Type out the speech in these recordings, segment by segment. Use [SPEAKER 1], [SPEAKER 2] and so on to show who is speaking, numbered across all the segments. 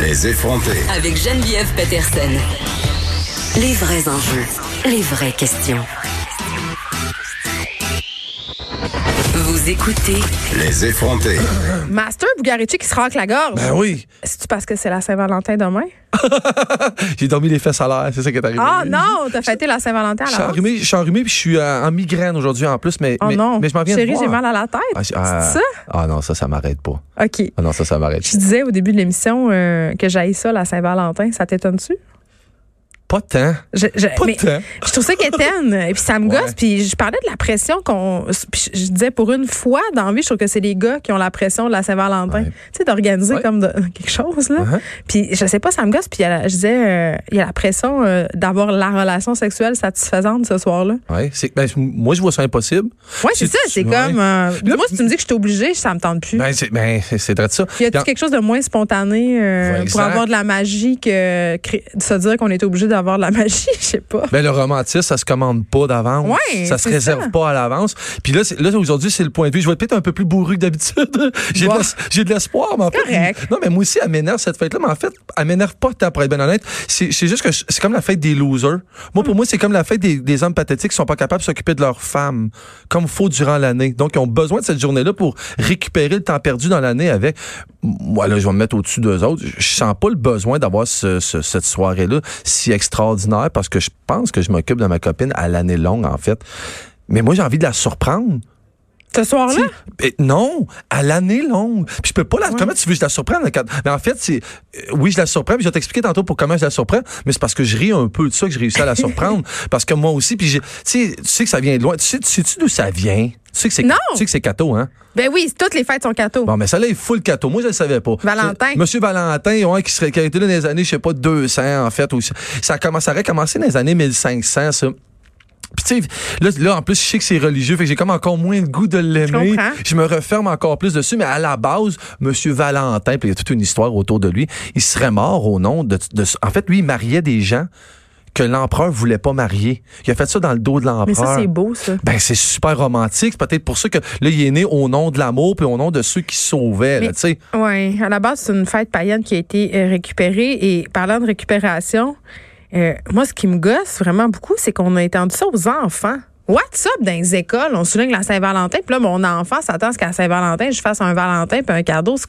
[SPEAKER 1] Les effronter.
[SPEAKER 2] Avec Geneviève Peterson. Les vrais enjeux, les vraies questions. Vous écoutez
[SPEAKER 1] Les effronter.
[SPEAKER 3] Master Bugarici qui se racle la gorge.
[SPEAKER 4] Ben oui.
[SPEAKER 3] C'est-tu parce que c'est la Saint-Valentin demain?
[SPEAKER 4] J'ai dormi les fesses à l'air, c'est ça qui est arrivé.
[SPEAKER 3] Ah non, t'as fêté la Saint-Valentin
[SPEAKER 4] Je suis
[SPEAKER 3] alors.
[SPEAKER 4] enrhumé, je suis enrhumé puis je suis euh, en migraine aujourd'hui en plus, mais,
[SPEAKER 3] Oh
[SPEAKER 4] mais,
[SPEAKER 3] non.
[SPEAKER 4] mais je m'en viens de
[SPEAKER 3] Chérie,
[SPEAKER 4] voir.
[SPEAKER 3] j'ai mal à la tête.
[SPEAKER 4] Ah,
[SPEAKER 3] c'est
[SPEAKER 4] c'est- ah,
[SPEAKER 3] ça?
[SPEAKER 4] Ah non, ça, ça m'arrête pas.
[SPEAKER 3] OK.
[SPEAKER 4] Ah non, ça, ça m'arrête.
[SPEAKER 3] Je disais au début de l'émission euh, que j'aille ça, la Saint-Valentin. Ça t'étonne-tu?
[SPEAKER 4] Pas tant.
[SPEAKER 3] Je, je,
[SPEAKER 4] Pas
[SPEAKER 3] mais-
[SPEAKER 4] tant.
[SPEAKER 3] je trouve ça qu'étonne. Et puis ça me
[SPEAKER 4] Ouais.
[SPEAKER 3] gosse. Puis je parlais de la pression qu'on. puis je, je disais pour une fois dans la vie, je trouve que c'est les gars qui ont la pression de la Saint-Valentin.
[SPEAKER 4] Ouais.
[SPEAKER 3] Tu sais, d'organiser
[SPEAKER 4] Ouais.
[SPEAKER 3] comme de- quelque chose, là.
[SPEAKER 4] Uh-huh.
[SPEAKER 3] Puis je sais pas, ça me gosse. Puis il y a la- je disais, euh, il y a la pression euh, d'avoir la relation sexuelle satisfaisante ce soir-là.
[SPEAKER 4] Ouais, c'est, ben, moi, je vois ça impossible.
[SPEAKER 3] Ouais, c'est ça. C'est
[SPEAKER 4] ouais.
[SPEAKER 3] comme. euh,
[SPEAKER 4] Là,
[SPEAKER 3] moi, si tu me dis que je suis obligée, ça me tente plus.
[SPEAKER 4] Ben, c'est, ben, c'est, c'est vrai de ça.
[SPEAKER 3] Mm. y a-tu
[SPEAKER 4] Puis en-
[SPEAKER 3] quelque chose de moins spontané euh,
[SPEAKER 4] Ouais,
[SPEAKER 3] pour
[SPEAKER 4] exact.
[SPEAKER 3] avoir de la magie que cré- de se dire qu'on est obligé d'avoir de la magie? Je sais pas.
[SPEAKER 4] Ben, le romantisme, ça se commande pas d'avance.
[SPEAKER 3] Ouais,
[SPEAKER 4] ça se
[SPEAKER 3] c'est
[SPEAKER 4] réserve
[SPEAKER 3] ça.
[SPEAKER 4] pas à l'avance. Puis là, c'est- là aujourd'hui, c'est le point de vue. Je vais être peut-être un peu plus bourru que d'habitude. j'ai, de
[SPEAKER 3] Bon.
[SPEAKER 4] l'es- j'ai de l'espoir, mais en fait.
[SPEAKER 3] Correct.
[SPEAKER 4] Non, mais moi aussi, elle m'énerve cette fête-là. Mais en fait, elle m'énerve pas tant pour être bien honnête. C'est, c'est juste que je- c'est comme la fête des losers. Moi, pour moi, c'est comme la fête des, des hommes pathétiques qui sont pas capables de s'occuper de leurs femmes comme faut durant l'année. Donc, ils ont besoin de cette journée-là pour récupérer le temps perdu dans l'année avec. Moi, là, je vais me mettre au-dessus d'eux autres. Je sens pas le besoin d'avoir ce- ce- cette soirée-là si extraordinaire parce que je pense que je m'occupe de ma copine à l'année longue, en fait. Mais moi, j'ai envie de la surprendre.
[SPEAKER 3] Ce soir-là?
[SPEAKER 4] Eh, non, à l'année longue. Puis je peux pas la. Comment tu veux que je la surprenne? quand- Mais en fait, c'est. euh, oui, je la surprends. Puis je vais t'expliquer tantôt pour comment je la surprends. Mais c'est parce que je ris un peu de ça que je réussis à la surprendre. parce que moi aussi, puis j'ai- tu sais, tu sais que ça vient de loin. Tu sais, tu sais d'où ça vient? Tu sais que c'est.
[SPEAKER 3] Non.
[SPEAKER 4] Tu sais que c'est cato, hein?
[SPEAKER 3] Ben oui, toutes les fêtes sont cadeaux.
[SPEAKER 4] Bon, mais ça là est full cato. Moi, je le savais pas.
[SPEAKER 3] Valentin.
[SPEAKER 4] C'est- Monsieur Valentin, ouais, qui, serait, qui a été là dans les années, je sais pas, 200, en fait. Ou, ça, commence, ça aurait commencé dans les années 1500, ça. Puis tu sais, là, là, en plus, je sais que c'est religieux, fait que j'ai comme encore moins le goût de l'aimer.
[SPEAKER 3] comprends.
[SPEAKER 4] Je me referme encore plus dessus, mais à la base, Monsieur Valentin, puis il y a toute une histoire autour de lui, il serait mort au nom de... de- en fait, lui, il mariait des gens que l'empereur voulait pas marier. Il a fait ça dans le dos de l'empereur.
[SPEAKER 3] Mais ça, c'est beau, ça.
[SPEAKER 4] Ben, c'est super romantique. C'est peut-être pour ça que là, il est né au nom de l'amour puis au nom de ceux qui sauvaient, là,
[SPEAKER 3] Mais-
[SPEAKER 4] tu sais.
[SPEAKER 3] Oui, à la base, c'est une fête païenne qui a été euh, récupérée. Et parlant de récupération, euh, moi, ce qui me gosse vraiment beaucoup, c'est qu'on a étendu ça aux enfants. What's up dans les écoles? On souligne la Saint-Valentin. Puis là, mon enfant s'attend à ce qu'à Saint-Valentin, je fasse un Valentin puis un cadeau. C'est-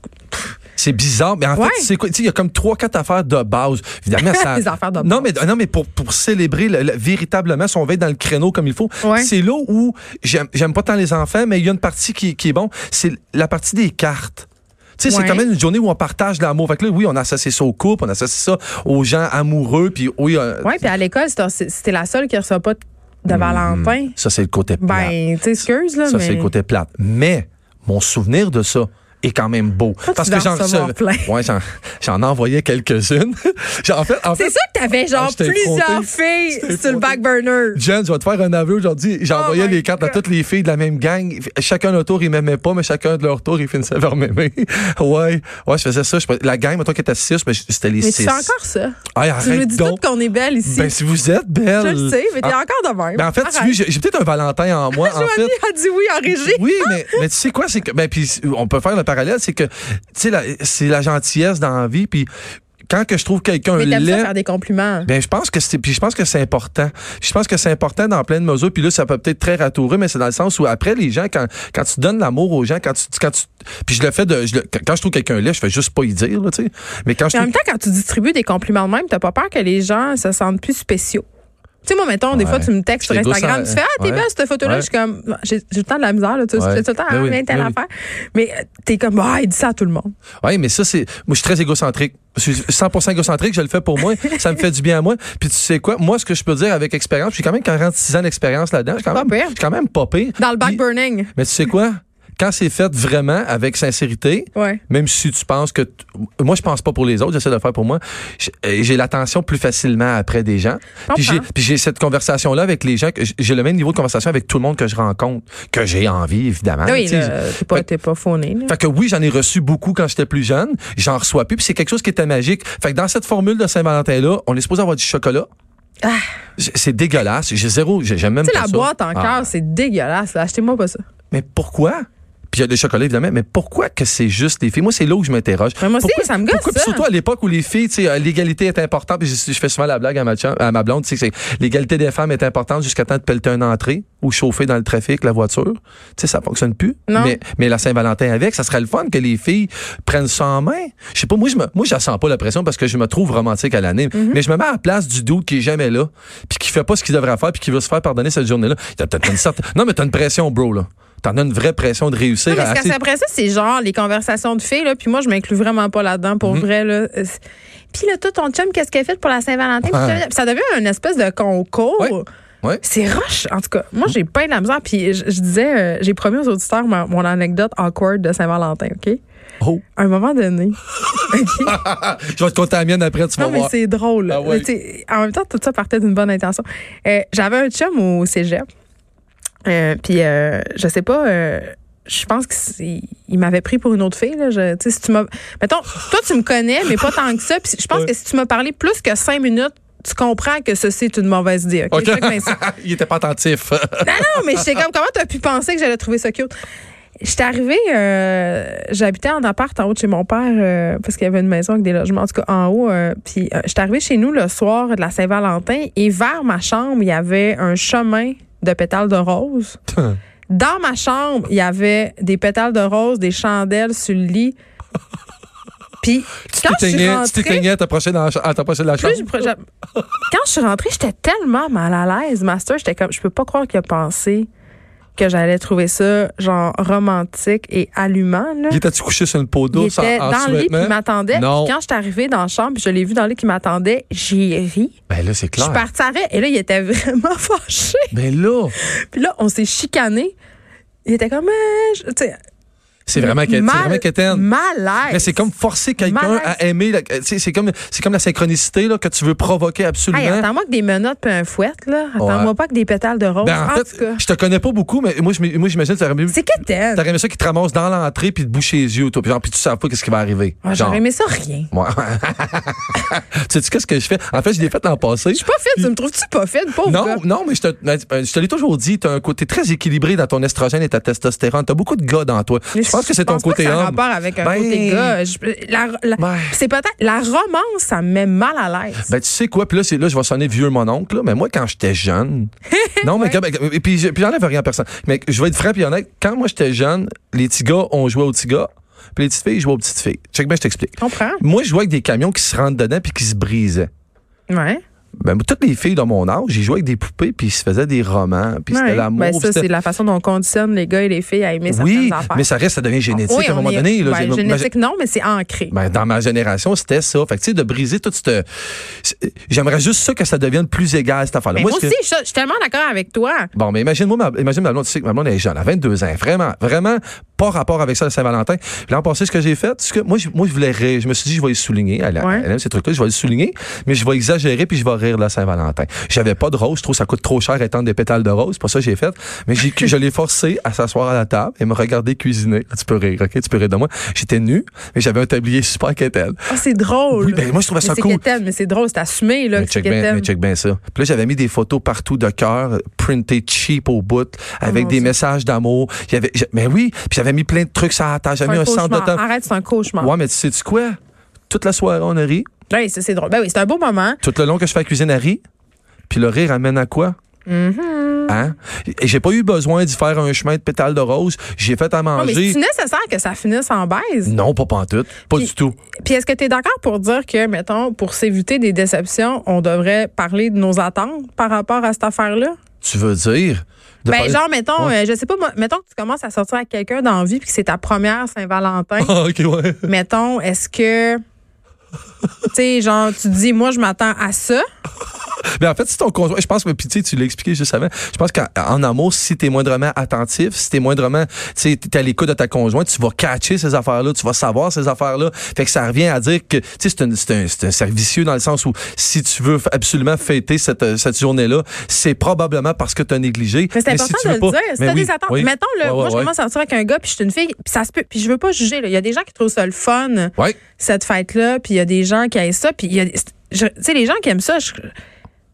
[SPEAKER 4] C'est bizarre, mais en
[SPEAKER 3] Ouais.
[SPEAKER 4] fait, c'est quoi? Tu sais, Il y a comme trois, quatre affaires de base. Évidemment, ça.
[SPEAKER 3] Des affaires de
[SPEAKER 4] non, mais, non, mais pour, pour célébrer le- le- véritablement, si on va être dans le créneau comme il faut,
[SPEAKER 3] Ouais.
[SPEAKER 4] c'est là où j'aime j'aime pas tant les enfants, mais il y a une partie qui, qui est bon, c'est la partie des cartes. Tu sais,
[SPEAKER 3] Ouais.
[SPEAKER 4] c'est quand même une journée où on partage de l'amour. Fait que là, oui, on associe ça aux couples, on associe ça aux gens amoureux, puis oui, euh,
[SPEAKER 3] Oui, puis à l'école, c'est- c'est- c'était la seule qui ne reçoit pas de de Valentin.
[SPEAKER 4] ça, c'est le côté plat.
[SPEAKER 3] Ben, tu sais, excuse, là,
[SPEAKER 4] Hmm. Ça,
[SPEAKER 3] mais...
[SPEAKER 4] c'est le côté plate. Mais mon souvenir de ça est quand même beau.
[SPEAKER 3] tu dois en
[SPEAKER 4] recevais-
[SPEAKER 3] recevoir plein.
[SPEAKER 4] Ouais, j'en, j'en envoyais quelques-unes. J'en- en fait, en
[SPEAKER 3] C'est
[SPEAKER 4] fait,
[SPEAKER 3] sûr que t'avais
[SPEAKER 4] Ah,
[SPEAKER 3] genre
[SPEAKER 4] je t'ai
[SPEAKER 3] plusieurs
[SPEAKER 4] fronté.
[SPEAKER 3] filles
[SPEAKER 4] Je t'ai
[SPEAKER 3] sur le
[SPEAKER 4] fronté.
[SPEAKER 3] back burner.
[SPEAKER 4] Jen, je vais te faire un aveu aujourd'hui. J'envoyais
[SPEAKER 3] Oh my
[SPEAKER 4] les cartes à
[SPEAKER 3] God.
[SPEAKER 4] toutes les filles de la même gang. Chacun leur tour, ils m'aimaient pas, mais chacun de leur tour, ils finissaient par m'aimer. ouais, ouais, je faisais ça. Je prenais- la gang, toi qui était six, ben, c'était les
[SPEAKER 3] Mais tu
[SPEAKER 4] six.
[SPEAKER 3] fais encore ça.
[SPEAKER 4] Hey,
[SPEAKER 3] Tu me
[SPEAKER 4] arrête
[SPEAKER 3] dis tout
[SPEAKER 4] donc.
[SPEAKER 3] qu'on est belle ici.
[SPEAKER 4] Ben, si vous êtes belle.
[SPEAKER 3] je le sais, mais t'es encore de même.
[SPEAKER 4] Ben, en fait, tu
[SPEAKER 3] Arrête.
[SPEAKER 4] vois, j'ai, j'ai peut-être un Valentin en moi. en fait,
[SPEAKER 3] Joanie a dit oui en régie.
[SPEAKER 4] Oui, mais, mais tu sais quoi, c'est que ben puis on peut faire le parallèle, c'est que tu sais la- c'est la gentillesse dans la vie puis quand que je trouve quelqu'un
[SPEAKER 3] mais t'aimes ça
[SPEAKER 4] laid
[SPEAKER 3] faire des compliments.
[SPEAKER 4] ben je pense que c'est puis je pense que c'est important. Je pense que c'est important dans pleine mesure puis là ça peut peut-être très ratoureux mais c'est dans le sens où après les gens quand quand tu donnes l'amour aux gens quand tu quand tu puis je le fais de je le- quand je trouve quelqu'un laid, je fais juste pas y dire là, tu sais. Mais quand je
[SPEAKER 3] Mais en
[SPEAKER 4] trouve
[SPEAKER 3] même temps, quand tu distribues des compliments de même, t'as pas peur que les gens se sentent plus spéciaux. Tu sais, moi, mettons, des
[SPEAKER 4] Ouais.
[SPEAKER 3] fois, tu me textes sur
[SPEAKER 4] Je te dois
[SPEAKER 3] Instagram,
[SPEAKER 4] ça,
[SPEAKER 3] tu fais Ah, t'es
[SPEAKER 4] ouais.
[SPEAKER 3] belle cette photo-là.
[SPEAKER 4] Ouais.
[SPEAKER 3] Je suis comme, bah, j'ai j'ai tout le temps de la misère, là, tu sais,
[SPEAKER 4] Ouais.
[SPEAKER 3] je fais tout le temps,
[SPEAKER 4] Ben
[SPEAKER 3] ah,
[SPEAKER 4] oui,
[SPEAKER 3] viens, telle
[SPEAKER 4] ben oui.
[SPEAKER 3] affaire. Mais euh, t'es comme, ah, il dit ça à tout le monde.
[SPEAKER 4] Oui, mais ça, c'est. Moi, je suis très égocentrique. Je suis 100% égocentrique, je le fais pour moi. ça me fait du bien à moi. Puis tu sais quoi? Moi, ce que je peux dire avec expérience, j'ai quand même 46 ans d'expérience là-dedans. Je suis quand,
[SPEAKER 3] Pas
[SPEAKER 4] même-
[SPEAKER 3] pire.
[SPEAKER 4] je suis quand même pas pire.
[SPEAKER 3] Dans le back
[SPEAKER 4] Puis-
[SPEAKER 3] burning.
[SPEAKER 4] Mais tu sais quoi? Quand c'est fait vraiment avec sincérité,
[SPEAKER 3] Ouais.
[SPEAKER 4] même si tu penses que. t- Moi, je pense pas pour les autres, j'essaie de le faire pour moi. J- euh, J'ai l'attention plus facilement après des gens. Puis
[SPEAKER 3] comprends.
[SPEAKER 4] j'ai- puis j'ai cette conversation-là avec les gens. que j- J'ai le même niveau de conversation avec tout le monde que je rencontre, que j'ai envie, évidemment.
[SPEAKER 3] oui,
[SPEAKER 4] Ah, Tu sais,
[SPEAKER 3] là, t'es pas,
[SPEAKER 4] Fait-
[SPEAKER 3] t'es pas fauné. là.
[SPEAKER 4] fait que oui, j'en ai reçu beaucoup quand j'étais plus jeune. J'en reçois plus. Puis c'est quelque chose qui était magique. Fait que dans cette formule de Saint-Valentin-là, on est supposé avoir du chocolat. J- C'est dégueulasse. J'ai zéro. j'ai- J'aime même
[SPEAKER 3] Ah. Tu sais,
[SPEAKER 4] pas
[SPEAKER 3] la
[SPEAKER 4] ça.
[SPEAKER 3] boîte en
[SPEAKER 4] Ah.
[SPEAKER 3] cœur, c'est dégueulasse. là. Achetez-moi pas ça.
[SPEAKER 4] Mais pourquoi? Puis il y a des chocolats, évidemment. Mais pourquoi que c'est juste les filles? Moi, c'est là où je m'interroge.
[SPEAKER 3] Mais moi aussi,
[SPEAKER 4] Pourquoi-
[SPEAKER 3] ça me gosse,
[SPEAKER 4] pourquoi- puis
[SPEAKER 3] ça.
[SPEAKER 4] surtout à l'époque où les filles, tu sais, euh, l'égalité est importante. Puis je, je fais souvent la blague à ma, chum- à ma blonde, tu sais, que c'est- l'égalité des femmes est importante jusqu'à temps de pelleter une entrée ou chauffer dans le trafic la voiture. Tu sais, ça fonctionne plus.
[SPEAKER 3] Non.
[SPEAKER 4] Mais, mais la Saint-Valentin avec, ça serait le fun que les filles prennent ça en main. Je sais pas, moi, je me, moi, je sens pas la pression parce que je me trouve romantique à l'année.
[SPEAKER 3] Mhm.
[SPEAKER 4] Mais je me mets à la place du doute qui est jamais là, puis qui fait pas ce qu'il devrait faire, puis qui veut se faire pardonner cette journée-là. T'as peut-être une certaine- Non, mais t'as une pression, bro, là. T'en as une vraie pression de réussir
[SPEAKER 3] Non, mais
[SPEAKER 4] à.
[SPEAKER 3] c'est parce qu'après ça, c'est genre les conversations de filles, là, puis moi, je m'inclus vraiment pas là-dedans,
[SPEAKER 4] Mm-hmm.
[SPEAKER 3] pour vrai. Là. Euh, c'est- Puis là, toi, ton chum, qu'est-ce qu'elle a fait pour la Saint-Valentin? Puis
[SPEAKER 4] Ouais.
[SPEAKER 3] ça- Ça devient un espèce de concours.
[SPEAKER 4] Ouais. Ouais. Mm-hmm.
[SPEAKER 3] C'est roche, en tout cas. Moi, j'ai pas de la misère. Puis je, je disais, euh, j'ai promis aux auditeurs ma- mon anecdote awkward de Saint-Valentin, OK?
[SPEAKER 4] Oh.
[SPEAKER 3] À un moment donné. OK?
[SPEAKER 4] Je vais te compter la mienne après, tu vas
[SPEAKER 3] Non, mais
[SPEAKER 4] voir.
[SPEAKER 3] c'est drôle.
[SPEAKER 4] Ah ouais.
[SPEAKER 3] Mais tu sais, En même temps, tout ça partait d'une bonne intention. Euh, J'avais un chum au cégep. Euh, puis, euh, je sais pas, euh, je pense qu'il m'avait pris pour une autre fille. Là. Je, tu sais, si tu m'as- Mettons, toi, tu me connais, mais pas tant que ça. Puis je pense
[SPEAKER 4] Ouais.
[SPEAKER 3] que si tu m'as parlé plus que cinq minutes, tu comprends que ceci est une mauvaise idée. OK?
[SPEAKER 4] Ok.
[SPEAKER 3] Je sais que Vincent-
[SPEAKER 4] Il était pas attentif.
[SPEAKER 3] non, non, mais j'étais comme, comment t'as pu penser que j'allais trouver ça cute? J'étais arrivée, euh, j'habitais en appart en haut de chez mon père euh, parce qu'il y avait une maison avec des logements, en tout cas en haut. euh, puis euh, j'étais arrivée chez nous le soir de la Saint-Valentin et vers ma chambre, il y avait un chemin de pétales de rose. Dans ma chambre, il y avait des pétales de rose, des chandelles sur le lit. Puis quand je suis
[SPEAKER 4] t'éteignais, tu
[SPEAKER 3] rentrée,
[SPEAKER 4] t'éteignais, t'approchais dans la cha- ah, t'approchais de la chambre.
[SPEAKER 3] plus je pro- j'a- quand je suis rentrée, j'étais tellement mal à l'aise, Master. J'étais comme, je peux pas croire qu'il a pensé que j'allais trouver ça, genre, romantique et allumant, là.
[SPEAKER 4] Il était-tu couché sur une peau
[SPEAKER 3] Il
[SPEAKER 4] douce en,
[SPEAKER 3] était dans
[SPEAKER 4] en
[SPEAKER 3] le lit
[SPEAKER 4] sous-vêtements?
[SPEAKER 3] qui m'attendait.
[SPEAKER 4] Non.
[SPEAKER 3] Puis Quand je suis arrivée dans la chambre, puis je l'ai vu dans le lit qui m'attendait, j'ai ri.
[SPEAKER 4] Ben là, c'est
[SPEAKER 3] Je
[SPEAKER 4] clair.
[SPEAKER 3] suis partie à rire. Et là, il était vraiment fâché.
[SPEAKER 4] Mais là,
[SPEAKER 3] Puis là, on s'est chicané. Il était comme, euh, je- tu sais,
[SPEAKER 4] c'est vraiment, que- c'est
[SPEAKER 3] mal-
[SPEAKER 4] vraiment quétaine.
[SPEAKER 3] mal à l'aise.
[SPEAKER 4] Mais c'est comme forcer quelqu'un
[SPEAKER 3] Malaise.
[SPEAKER 4] à aimer. la- tu sais, C'est comme, c'est comme la synchronicité là, que tu veux provoquer absolument.
[SPEAKER 3] Hey, attends-moi que des menottes puis un fouet, là. Attends-moi
[SPEAKER 4] Ouais.
[SPEAKER 3] pas que des pétales de rose.
[SPEAKER 4] ben, en
[SPEAKER 3] tout
[SPEAKER 4] fait,
[SPEAKER 3] cas,
[SPEAKER 4] je te connais pas beaucoup, mais moi, je m'ai- moi j'imagine que t'aurais aimé,
[SPEAKER 3] c'est quétaine.
[SPEAKER 4] t'aurais aimé ça qui te ramasse dans l'entrée puis te bouche les yeux, toi. Puis genre, puis tu sais pas qu'est-ce qui va arriver.
[SPEAKER 3] Ah,
[SPEAKER 4] Genre.
[SPEAKER 3] J'aurais aimé ça rien.
[SPEAKER 4] Ouais. tu sais, qu'est-ce que je fais? En fait, je l'ai fait l'an passé.
[SPEAKER 3] Je suis pas fine, tu me trouves-tu pas fine, pauvre gars?
[SPEAKER 4] Non, non, mais je te, mais je te l'ai toujours dit, t'as un côté très équilibré dans ton estrogène et ta testostérone. T'as beaucoup de gars dans toi.
[SPEAKER 3] Mais
[SPEAKER 4] je pense que c'est ton
[SPEAKER 3] pas
[SPEAKER 4] côté
[SPEAKER 3] que ça a
[SPEAKER 4] homme.
[SPEAKER 3] rapport avec un
[SPEAKER 4] Ben,
[SPEAKER 3] côté gars. Je- la- la-
[SPEAKER 4] Ouais.
[SPEAKER 3] C'est peut-être la romance, ça me met mal à l'aise.
[SPEAKER 4] Ben, tu sais quoi, puis là, c'est là, je vais sonner vieux mon oncle, là, mais moi, quand j'étais jeune. non, mais, quand- et puis, je- puis j'enlève rien à personne. Mais je vais être franc et honnête, quand moi, j'étais jeune, les petits gars, on jouait aux petits gars, puis les petites filles, ils jouaient aux petites filles. Check bien, je t'explique.
[SPEAKER 3] Je comprends.
[SPEAKER 4] Moi, je jouais avec des camions qui se rentrent dedans puis qui se brisaient.
[SPEAKER 3] Ouais.
[SPEAKER 4] Ben, moi, toutes les filles de mon âge, j'ai joué avec des poupées puis ils se faisaient des romans, puis
[SPEAKER 3] Ouais.
[SPEAKER 4] c'était l'amour.
[SPEAKER 3] Ben,
[SPEAKER 4] puis
[SPEAKER 3] ça,
[SPEAKER 4] c'était-
[SPEAKER 3] c'est la façon dont on conditionne les gars et les filles à aimer
[SPEAKER 4] oui,
[SPEAKER 3] certaines affaires. Ah,
[SPEAKER 4] mais ça reste, ça devient génétique
[SPEAKER 3] Oui,
[SPEAKER 4] à un
[SPEAKER 3] on
[SPEAKER 4] moment
[SPEAKER 3] est-
[SPEAKER 4] donné. Là,
[SPEAKER 3] ben,
[SPEAKER 4] j'ai-
[SPEAKER 3] génétique, non, mais c'est ancré.
[SPEAKER 4] Ben, dans ma génération, c'était ça. Fait que, tu sais, de briser toute cette. c'est- J'aimerais juste ça que ça devienne plus égal, cette affaire-là.
[SPEAKER 3] Mais
[SPEAKER 4] Moi,
[SPEAKER 3] Ben, moi
[SPEAKER 4] ce
[SPEAKER 3] aussi,
[SPEAKER 4] que-
[SPEAKER 3] je je suis tellement d'accord avec toi.
[SPEAKER 4] Bon, mais imagine-moi, ma, imagine ma blonde, tu sais que ma blonde est jeune, elle a 22 ans. Vraiment, vraiment, pas rapport avec ça, la Saint-Valentin. Puis L'an passé, ce que j'ai fait, c'est que moi, je, moi, je voulais rire. Je me suis dit, je vais le souligner. Elle,
[SPEAKER 3] Ouais.
[SPEAKER 4] elle aime ces trucs-là, je vais le souligner, mais je vais exagérer puis je vais rire de la Saint-Valentin. J'avais pas de rose, je trouve que ça coûte trop cher étendre des pétales de rose. C'est pas ça que j'ai fait. Mais j'ai, je l'ai forcé à s'asseoir à la table et me regarder cuisiner. Là, tu peux rire, OK? Tu peux rire de moi. J'étais nu, mais j'avais un tablier super quétaine.
[SPEAKER 3] Ah, c'est drôle.
[SPEAKER 4] Oui, ben, moi, je trouvais
[SPEAKER 3] Mais
[SPEAKER 4] ça
[SPEAKER 3] c'est
[SPEAKER 4] cool.
[SPEAKER 3] quétaine, mais c'est drôle, c'est assumé, là,
[SPEAKER 4] Mais
[SPEAKER 3] que c'est
[SPEAKER 4] check bien
[SPEAKER 3] quétaine.
[SPEAKER 4] mais check bien ça. Puis là, j'avais mis des photos partout de cœur, printé cheap au bout, avec
[SPEAKER 3] Oh mon
[SPEAKER 4] des
[SPEAKER 3] Dieu.
[SPEAKER 4] messages d'amour. Il y avait, j'a- mais oui, puis j'avais mis plein de trucs sur la table.
[SPEAKER 3] C'est
[SPEAKER 4] J'avais
[SPEAKER 3] un
[SPEAKER 4] mis un centre de
[SPEAKER 3] cauchemar.
[SPEAKER 4] temps.
[SPEAKER 3] Arrête, c'est un cauchemar.
[SPEAKER 4] Ouais, mais tu sais-tu quoi? Toute la soirée, on a ri.
[SPEAKER 3] Ouais, ça, c'est drôle. Ben oui, c'est un beau moment.
[SPEAKER 4] Tout le long que je fais la cuisine, elle rit. Puis le rire amène à quoi?
[SPEAKER 3] Mm-hmm.
[SPEAKER 4] Hein? Et j'ai pas eu besoin d'y faire un chemin de pétales de rose. J'ai fait à
[SPEAKER 3] Non, mais
[SPEAKER 4] manger.
[SPEAKER 3] c'est nécessaire que ça finisse en baise.
[SPEAKER 4] Non, pas pantoute. Pas
[SPEAKER 3] Puis-
[SPEAKER 4] du tout.
[SPEAKER 3] Puis est-ce que tu es d'accord pour dire que, mettons, pour s'éviter des déceptions, on devrait parler de nos attentes par rapport à cette affaire-là?
[SPEAKER 4] Tu veux dire? de
[SPEAKER 3] Ben,
[SPEAKER 4] parler-
[SPEAKER 3] genre, mettons,
[SPEAKER 4] Ouais.
[SPEAKER 3] euh, je sais pas, moi, mettons que tu commences à sortir avec quelqu'un dans la vie puis que c'est ta première Saint-Valentin.
[SPEAKER 4] Ah, ok, ouais.
[SPEAKER 3] mettons, est-ce que. Tu sais, genre, tu dis, moi, je m'attends à ça.
[SPEAKER 4] Mais ben, en fait, si ton conjoint, je pense que puis tu sais, tu l'as expliqué juste avant, je pense qu'en en amour, si t'es moindrement attentif, si t'es moindrement, tu sais, t'es à l'écoute de ta conjointe, tu vas catcher ces affaires-là, tu vas savoir ces affaires-là. Fait que ça revient à dire que, tu sais, c'est un, c'est un, c'est un servicieux dans le sens où si tu veux f- absolument fêter cette, euh, cette journée-là, c'est probablement parce que t'as négligé.
[SPEAKER 3] Mais c'est
[SPEAKER 4] si
[SPEAKER 3] important
[SPEAKER 4] tu
[SPEAKER 3] de
[SPEAKER 4] veux
[SPEAKER 3] le
[SPEAKER 4] pas-
[SPEAKER 3] dire. Si
[SPEAKER 4] mais
[SPEAKER 3] t'as
[SPEAKER 4] oui,
[SPEAKER 3] des attentes.
[SPEAKER 4] oui.
[SPEAKER 3] Mettons, là,
[SPEAKER 4] Ouais, ouais,
[SPEAKER 3] moi, je
[SPEAKER 4] ouais.
[SPEAKER 3] commence à sortir avec un gars puis je suis une fille, puis ça se peut. Puis je veux pas juger, là. Il y a des gens qui trouvent ça le fun.
[SPEAKER 4] Ouais.
[SPEAKER 3] cette fête-là, puis il y a des gens qui aiment ça, puis il y a... je- Tu sais, les gens qui aiment ça, je-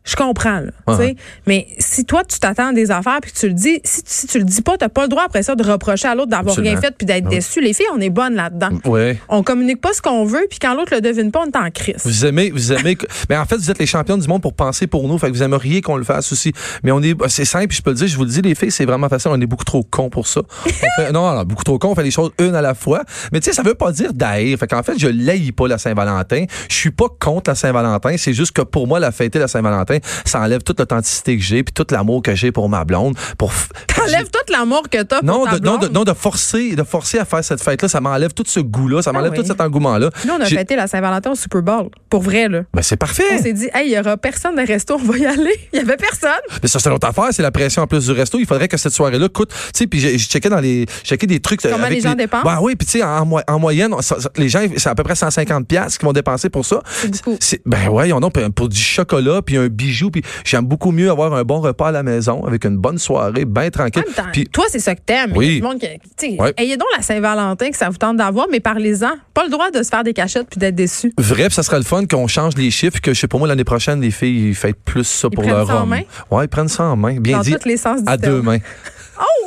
[SPEAKER 3] Je comprends, là, tu
[SPEAKER 4] Ouais,
[SPEAKER 3] sais.
[SPEAKER 4] ouais.
[SPEAKER 3] Mais si toi, tu t'attends à des affaires puis que tu le dis, si, tu- si tu le dis pas, t'as pas le droit après ça de reprocher à l'autre d'avoir
[SPEAKER 4] Absolument. Ah
[SPEAKER 3] rien fait puis d'être déçu. Les filles, on est bonnes là-dedans.
[SPEAKER 4] Ouais.
[SPEAKER 3] On communique pas ce qu'on veut puis quand l'autre le devine pas, on est en crise.
[SPEAKER 4] Vous aimez, vous aimez. que- Mais en fait, vous êtes les championnes du monde pour penser pour nous. Fait que vous aimeriez qu'on le fasse aussi. Mais on est, c'est simple, je peux le dire, je vous le dis, les filles, c'est vraiment facile. On est beaucoup trop cons pour ça. On fait- non, non, beaucoup trop cons. On fait les choses une à la fois. Mais tu sais, ça veut pas dire d'haïr. Fait qu'en fait, je l'haïs pas la Saint-Valentin. Je suis pas contre la Saint-Valentin. C'est juste que pour moi, la fête de la Saint-Valentin, ça enlève toute l'authenticité que j'ai puis tout l'amour que j'ai pour ma blonde. Pour f-
[SPEAKER 3] T'enlèves tout l'amour que t'as
[SPEAKER 4] non,
[SPEAKER 3] pour ta
[SPEAKER 4] de, non, de,
[SPEAKER 3] blonde.
[SPEAKER 4] non, de forcer, de forcer à faire cette fête-là, ça m'enlève tout ce goût-là, ça m'enlève
[SPEAKER 3] Ah oui.
[SPEAKER 4] tout cet engouement-là.
[SPEAKER 3] Nous, on a
[SPEAKER 4] J'ai-
[SPEAKER 3] fêté la Saint-Valentin au Super Bowl. Pour vrai, là.
[SPEAKER 4] Ben, c'est parfait.
[SPEAKER 3] On s'est dit, hey, il y aura personne de resto, on va y aller. Il y avait personne.
[SPEAKER 4] Mais ça, c'est une autre affaire. C'est la pression en plus du resto. Il faudrait que cette soirée-là coûte. Tu sais, puis j'ai- je checkais dans les. je checkais des trucs. euh,
[SPEAKER 3] Comment
[SPEAKER 4] avec
[SPEAKER 3] les gens dépensent?
[SPEAKER 4] Ouais, oui, puis tu sais, en, mo- en moyenne, on- ça- ça- les gens, c'est à peu près 150$ qu'ils vont dépenser pour ça.
[SPEAKER 3] C'est beaucoup.
[SPEAKER 4] C'est- Ben ouais, on a pour du chocolat, puis un bijou, puis j'aime beaucoup mieux avoir un bon repas à la maison avec une bonne soirée, bien
[SPEAKER 3] En
[SPEAKER 4] tranquille.
[SPEAKER 3] même temps,
[SPEAKER 4] Puis
[SPEAKER 3] toi, c'est ça que t'aimes.
[SPEAKER 4] Oui.
[SPEAKER 3] Il y a du monde qui- tu sais,
[SPEAKER 4] Ouais.
[SPEAKER 3] Ayez donc la Saint-Valentin que ça vous tente d'avoir, mais parlez-en. Pas le droit de se faire des cachettes puis d'être déçu.
[SPEAKER 4] Vrai, puis ça sera le fun qu'on change les chiffres, que je sais pour moi l'année prochaine, les filles ils fêtent plus ça pour
[SPEAKER 3] prennent
[SPEAKER 4] leur
[SPEAKER 3] ça en
[SPEAKER 4] homme.
[SPEAKER 3] main?
[SPEAKER 4] Ouais, ils prennent ça en main. Bien
[SPEAKER 3] Dans
[SPEAKER 4] dit.
[SPEAKER 3] tous les sens du
[SPEAKER 4] à
[SPEAKER 3] terme.
[SPEAKER 4] deux mains.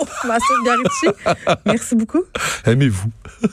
[SPEAKER 3] Oh, ma sœur Garici. Merci beaucoup.
[SPEAKER 4] Aimez-vous.